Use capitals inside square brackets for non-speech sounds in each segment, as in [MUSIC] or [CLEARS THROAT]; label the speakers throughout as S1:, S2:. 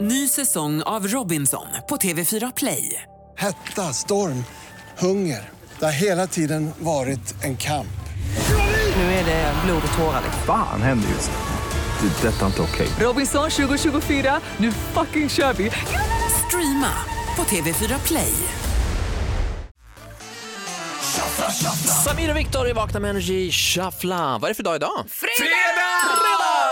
S1: Ny säsong av Robinson på TV4 Play.
S2: Hetta, storm, hunger. Det har hela tiden varit en kamp.
S1: Nu är det blod och tårar.
S3: Fan händer just nu. Det. är Detta är inte okej.
S1: Robinson 2024, nu fucking kör vi! Streama på TV4 Play.
S4: Samir och Viktor i Vakna med Energy Shuffla. Vad är det för dag idag? Fredag! Fredag!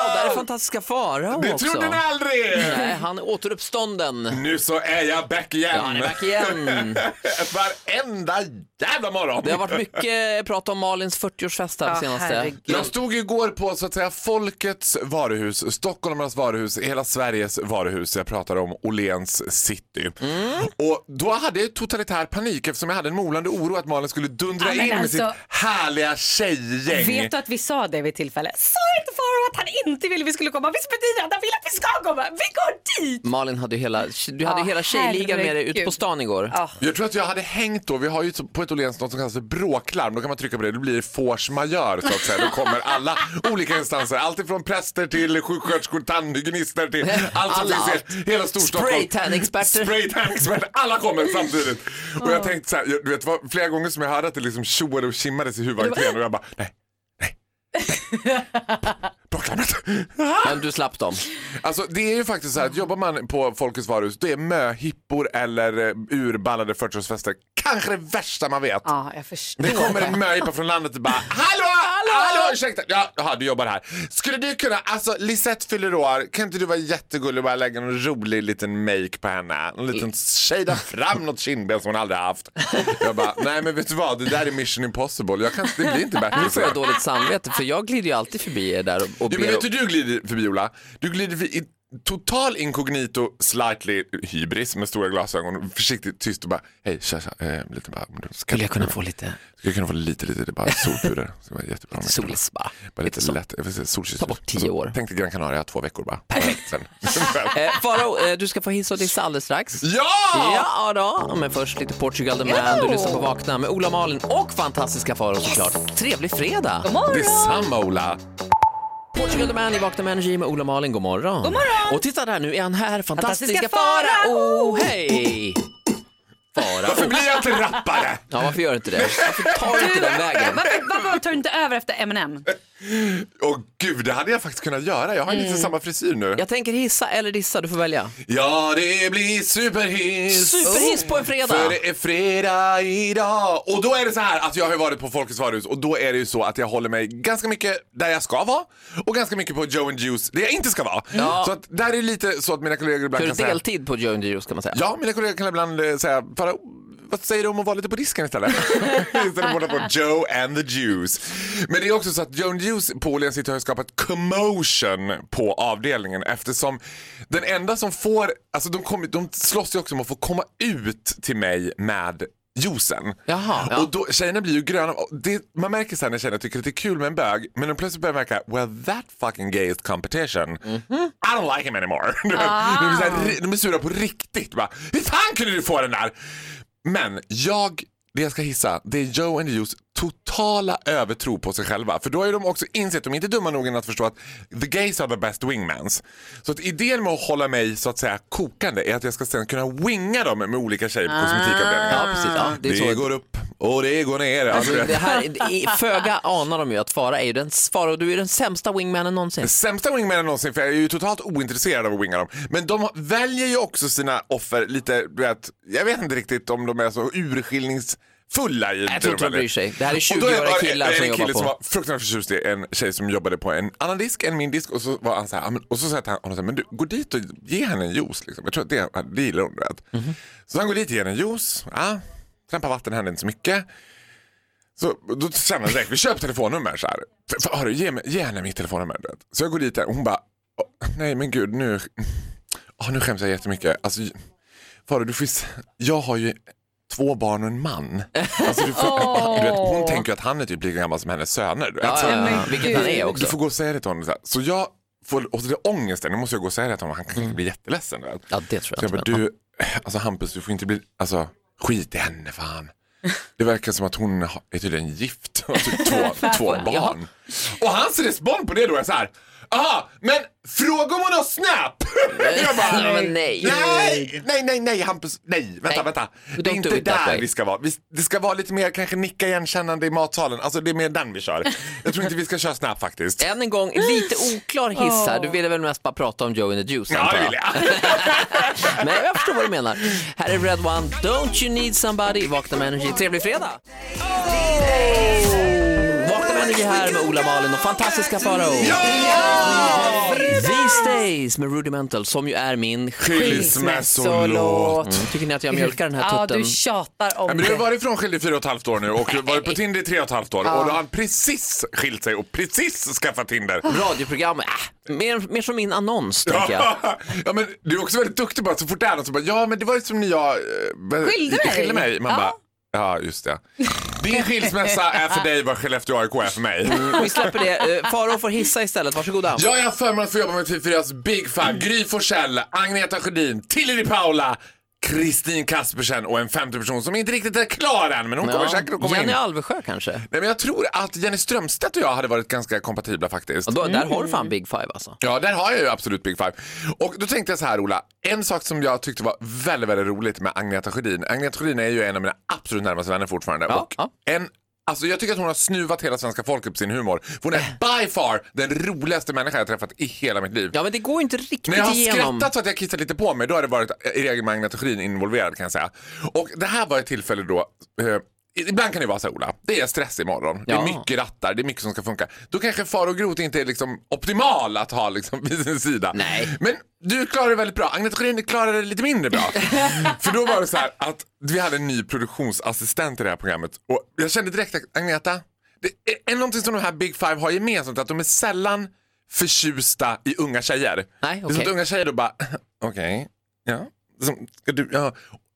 S4: Och där är fantastiska Farao
S5: Det
S4: också. Mm.
S5: trodde ni aldrig!
S4: Nej, han är återuppstånden.
S5: Nu så är jag back igen!
S4: Ja, han är back igen.
S5: [LAUGHS] Varenda jävla morgon!
S4: Det har varit mycket prat om Malins 40-årsfest här
S6: Ja,
S4: senaste.
S6: herregud.
S5: Jag stod ju igår på så att säga folkets varuhus, stockholmarnas varuhus, hela Sveriges varuhus. Jag pratar om Åhléns city.
S4: Mm.
S5: Och då hade jag totalitär panik eftersom jag hade en molande oro att Malin skulle dundra
S6: Ja, men
S5: in med
S6: alltså-
S5: sitt härliga tjejgäng.
S6: Vet du att vi sa det vid tillfället? Sa inte Farao att han inte ville vi skulle komma? Visst betyder det att han vill att vi ska komma? Vi går dit!
S4: Malin hade ju hela, du hade
S6: Ja,
S4: hela tjejligan med dig ute på
S6: herregud.
S4: stan igår.
S6: Ja.
S5: Jag tror att jag hade hängt då, vi har ju på ett Åhléns något som kallas för bråklarm, då kan man trycka på det, då blir det force majeure så att säga. Då kommer alla olika instanser, alltifrån präster till sjuksköterskor, tandhygienister till allt som
S4: Alla.
S5: finns i hela Storstockholm.
S4: Spraytan-experter.
S5: Spraytan-experter, alla kommer samtidigt. Och jag tänkte så här, jag- du vet, det var flera gånger som jag hörde att det liksom tjoade och tjimmades i huvudentrén och jag bara, nej, nej, nej. Bråklarmet.
S4: Men du slapp dem.
S5: Alltså det är ju faktiskt så här att jobbar man på Folkets varuhus då är möhippor eller eh, urballade 40-årsfester kanske det värsta man vet.
S6: Ja, jag förstår.
S5: Det kommer en möhippa från landet och bara hallå, hallå, hallå ursäkta, ja, jaha du jobbar här. Skulle du kunna, alltså Lisette fyller år, kan inte du vara jättegullig och bara lägga en rolig liten make på henne? En
S4: Mm.
S5: liten shada fram något kindben som hon aldrig haft. Jag bara, nej men vet du vad, det där är mission impossible, jag kan, det blir inte bättre.
S4: Nu får jag dåligt samvete för jag glider ju alltid förbi er där och, och
S5: Jo, men
S4: ber
S5: vet du, du glider förbi Ola. Du glider förbi i total inkognito, slightly hybris med stora glasögon. Försiktigt tyst och bara, hej tja tja. Eh, lite bara, om du ska,
S4: Vill jag kunna få lite
S5: Skulle jag kunna få lite lite bara
S4: [LAUGHS]
S5: solpuder? Så det var jättebra. med-
S4: solis bara? Lite
S5: Bara lite
S4: sol.
S5: lätt, jag vill se, solkyss.
S4: Ta bort tio år.
S5: Tänk dig Gran Canaria, två veckor bara. Perfekt. Sen. [LAUGHS]
S4: Eh, Farao, eh, du ska få hissa och dissa alldeles strax.
S5: ja!
S4: Ja då, men först lite Portugal the Man. Du lyssnar på Vakna med Ola Malin och fantastiska Farao såklart. Trevlig fredag!
S6: God morgon!
S5: Detsamma Ola.
S4: Portugal the Man i Vakna med Energy med Ola Malin. God morgon! God
S6: morgon!
S4: Och titta där, nu är han här. Fantastiska
S6: Fantastiska
S4: Farao!
S6: Farao!
S4: Hej!
S5: Varför
S4: Farao.
S5: blir jag
S4: [LAUGHS]
S5: inte rappare?
S4: Ja, varför gör du inte det? Varför tar du inte den vägen?
S6: Varför, varför tar du inte över efter Eminem?
S5: Åh gud, det hade jag faktiskt kunnat göra. Jag har ju lite samma frisyr nu.
S4: Mm. Jag tänker hissa eller dissa, du får välja.
S5: Ja, det blir superhiss.
S4: Superhiss på en fredag!
S5: För det är fredag idag. Och då är det så här att jag har ju varit på Folkets varuhus och då är det ju så att jag håller mig ganska mycket där jag ska vara och ganska mycket på Joe and Juice där jag inte ska vara.
S4: Ja.
S5: Så att där är det lite så att mina kollegor ibland
S4: Kör du
S5: kan säga...
S4: deltid på Joe and the Juice kan man säga.
S5: Ja, mina kollegor kan ibland eh, säga, bara, vad säger du om att vara lite på disken istället? [LAUGHS] istället för att vara på Joe and the Juice. Men det är också så att Joe and the Juice på Åhléns City har ju skapat commotion på avdelningen eftersom den enda som får, alltså de, kommer, de slåss ju också om att få komma ut till mig med juicen.
S4: Jaha, ja.
S5: Och då, tjejerna blir ju gröna. Och Det, man märker sen när tjejerna tycker att det är kul med en bög men de plötsligt börjar märka well that fucking gay is competition.
S4: Mm-hmm.
S5: I don't like him anymore. [LAUGHS] Du vet,
S4: Ah.
S5: de, blir så här, ri- de är sura på riktigt. Bara, Hur fan kunde du få den där? Men jag, det jag ska hissa det är Joe and the Juice totala övertro på sig själva. För då har ju de också insett, att de är inte dumma nog än att förstå att the gays are the best wingmans. Så att idén med att hålla mig så att säga kokande är att jag ska sen kunna winga dem med olika tjejer på kosmetikavdelningen.
S4: Ah. Ja, precis. Ja, det är så.
S5: Det går upp och det går ner. Alltså,
S4: Det
S5: det
S4: här, i- föga anar de ju att Farao är ju den, Farao, du är den sämsta wingmanen någonsin.
S5: Sämsta wingmanen någonsin för jag är ju totalt ointresserad av att winga dem. Men de väljer ju också sina offer lite, du vet, jag vet inte riktigt om de är så urskiljningsfulla i
S4: Jag tror inte de bryr sig. Det här är
S5: Och då
S4: 20-åriga
S5: bara-
S4: killar
S5: är det
S4: som
S5: en
S4: jobbar
S5: kille som
S4: på.
S5: var fruktansvärt förtjust i en tjej som jobbade på en annan disk än min disk och så var han så här, "Ja, men- och så sa han, honom så här, men du, gå dit och ge henne en juice liksom. Jag tror att det, det gillar hon du vet.
S4: Mhm.
S5: Så han går dit och ger henne en juice, ja, trampar vatten hände inte så mycket. Så då känner jag direkt, vi köper telefonnummer så här. För, för, hörru, ge, mig, ge henne mitt telefonnummer. du vet. Så jag går dit där och hon bara, "Åh, nej men gud nu, oh, nu skäms jag jättemycket. Alltså, Farao, du får ju se- jag har ju två barn och en man. Alltså, du får, du vet, hon tänker ju att han är typ lika gammal som hennes söner. Du vet.
S4: Ja,
S5: Så-
S4: ja,
S6: Men
S4: ja.
S6: gud.
S4: Vilket han är
S5: Du
S4: också.
S5: får gå och säga det till honom. Så, här. så jag får, och så det är ångesten, nu måste jag gå och säga det till honom. Han kanske blir jätteledsen. Du vet.
S4: Ja, det tror
S5: Så jag
S4: jag
S5: bara,
S4: inte. men-
S5: du, alltså Hampus, du får inte bli, alltså skit i henne fan. Det verkar som att
S4: [LAUGHS]
S5: hon har- är tydligen gift och har typ två, två barn. Och hans respons på det då är så här, aha, men fråga om hon har Snap! [LAUGHS] jag bara,
S4: Nej, men nej.
S5: nej, nej, nej, nej, Hampus, nej, vänta,
S4: Nej.
S5: vänta.
S4: We
S5: Det är
S4: don't do
S5: inte
S4: it that
S5: där
S4: way.
S5: vi ska vara. Vi, det ska vara lite mer kanske nicka igenkännande i matsalen, alltså det är mer den vi kör. Jag tror inte vi ska köra Snap faktiskt.
S4: Än en gång, lite oklar hiss här. Du ville väl mest bara prata om Joe and the Juice
S5: Ja,
S4: antar
S5: det
S4: jag.
S5: vill jag.
S4: Men jag förstår vad du menar. Här är Red One, Don't You Need Somebody, Vakna med Energy. Trevlig fredag! Vakna med Energy här med Ola Malin och fantastiska Farao. These Days med Rudimental som ju är min
S5: Skilsmässolåt.
S4: Tycker ni att jag mjölkar den här
S6: Ja,
S4: tutten?
S6: du tjatar om
S5: Nej, men du har
S6: det.
S5: varit ifrån skild i fyra och ett halvt år nu och du har varit på Tinder i tre och ett halvt år och då har han precis skilt sig och precis skaffat Tinder.
S4: Radioprogram, äh, mer, mer som min annons tänker jag.
S5: Ja. [LAUGHS] ja, men du är också väldigt duktig bara så fort det är något så bara, ja men det var ju som när jag eh, be-
S6: Skilde mig.
S5: skilde mig. Man
S6: Ja.
S5: bara, ja just det. Din skilsmässa är för dig vad Skellefteå AIK är för mig.
S4: Vi släpper det. Eh, Farao får hissa istället, varsågoda.
S5: Jag är förmånen att få jobba med TV4s Big Fan, Gry Forssell, Agneta Sjödin, Tilly Di Paula, Kristin Kaspersen och en femte person som inte riktigt är klar än men hon kommer säkert att komma
S4: Jenny
S5: in.
S4: Alvesjö kanske?
S5: Nej, men jag tror att Jenny Strömstedt och jag hade varit ganska kompatibla faktiskt.
S4: Och då, Där har du fan Big Five alltså.
S5: Ja, där har jag ju absolut Big Five. Och då tänkte jag så här Ola, en sak som jag tyckte var väldigt, väldigt roligt med Agneta Sjödin. Agneta Sjödin är ju en av mina absolut närmaste vänner fortfarande.
S4: Ja,
S5: och
S4: ja.
S5: En, alltså jag tycker att hon har snuvat hela svenska folket på sin humor. För Hon är by far den roligaste människan jag träffat i hela mitt liv.
S4: Eh. Ja men det går ju inte riktigt
S5: När jag har
S4: igenom.
S5: skrattat så att jag kissat lite på mig, då har det varit eh, i regel med Agneta Sjödin involverad kan jag säga. Och det här var ett tillfälle då, eh, ibland kan det vara så här, Ola, det är stress imorgon, det
S4: Ja.
S5: är mycket rattar, det är mycket som ska funka. Då kanske far och grot inte är liksom optimal att ha liksom [LAUGHS] vid sin sida.
S4: Nej.
S5: Men du klarade det väldigt bra, Agneta Sjödin klarade det lite
S4: [LAUGHS]
S5: mindre bra. För då var det så här att vi hade en ny produktionsassistent i det här programmet och jag kände direkt att Agneta, det är- är någonting som de här Big Five har gemensamt, att de är sällan förtjusta i unga tjejer.
S4: Nej,
S5: Det är som att
S4: okej.
S5: unga tjejer då bara, [LAUGHS] okej, ja. Som, ska du, ja.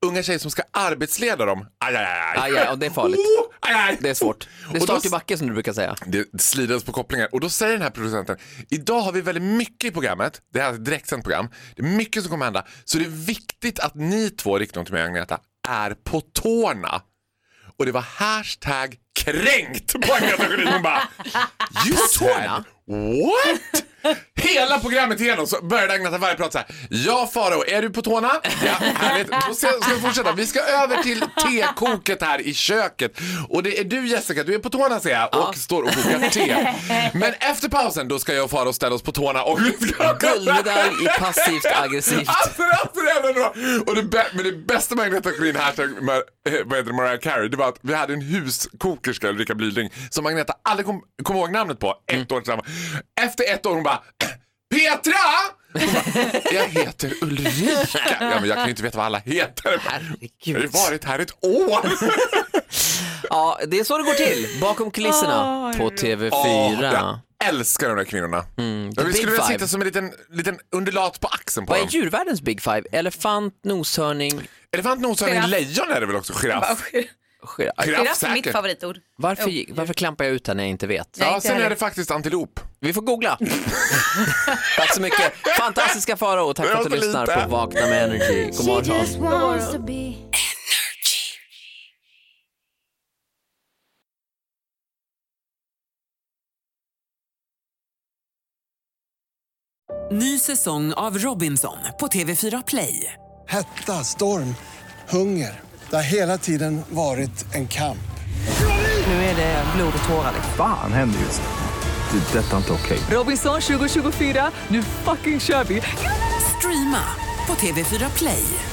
S5: Unga tjejer som ska arbetsleda dem. Aj, aj, aj.
S4: Aj, aj, ja, det är farligt.
S5: Oh, aj, aj.
S4: Det är svårt. Det är
S5: Och då-
S4: start i backen som du brukar säga.
S5: det slidades på kopplingar och då säger den här producenten idag har vi väldigt mycket i programmet, det här är ett direktsänt program, det är mycket som kommer hända så det är viktigt att ni två, riktigt till mig och Agneta, är på tårna. Och det var hashtag kränkt på Agneta Sjödin. Hon bara you said
S4: tårna?
S5: what? Hela programmet igenom så började Agneta varje prat så här. Ja Faro, är du på tårna? Ja, härligt. Då ska ska vi fortsätta. Vi ska över till tekoket här i köket. Och det är du Jessica, du är på tårna ser jag och står och kokar te. Men efter pausen då ska jag och Faro ställa oss på tårna och
S4: [LAUGHS] Guldmedalj i passivt [LAUGHS] aggressivt.
S5: Alltså, alltså, det är ändå bra. och det, bä- men det bästa med Agneta Sjödin hashtag Mar- eh, vad heter det, Mariah Carey, det var att vi hade en huskokerska, Ulrika Blyling, som Agneta aldrig kom, kom ihåg namnet på, ett
S4: Mm.
S5: år tillsammans. Efter ett år hon bara [CLEARS THROAT] Petra! Hon
S4: [LAUGHS]
S5: bara, jag heter Ulrika. Ja, men jag kan ju inte veta vad alla heter. Jag har ju
S4: Herregud.
S5: varit här
S4: [LAUGHS]
S5: ett år.
S4: Ja, det är så det går till. Bakom kulisserna på TV4.
S5: Åh, jag älskar de där kvinnorna. Ja, vi
S4: Big
S5: skulle vilja
S4: five.
S5: sitta som en liten, liten underlat på axeln på
S4: Vad
S5: dem.
S4: är djurvärldens Big Five? Elefant, noshörning,
S5: Elefant, noshörning,
S6: Giraff.
S5: lejon är det väl också? Giraff?
S4: giraff.
S6: Giraff är alltså mitt favoritord.
S4: Varför, gick- varför klampar jag ut här när jag inte vet?
S5: Ja,
S6: inte
S5: sen är
S6: heller.
S5: det faktiskt antilop.
S4: Vi får [LAUGHS] googla. tack så mycket. Fantastiska Farao, tack för att du
S5: Det var så
S4: lyssnar
S5: lite.
S4: på Vakna med Energy. God
S7: She
S4: morgon.
S7: just wants to be.
S1: Ny säsong av Robinson på TV4 Play.
S2: Hetta, storm, hunger. Det har hela tiden varit en kamp.
S1: Nu är det blod och tårar.
S3: Fan händer just det. Det är detta inte okej.
S1: Robinson 2024, nu fucking kör vi! Streama på TV4 Play.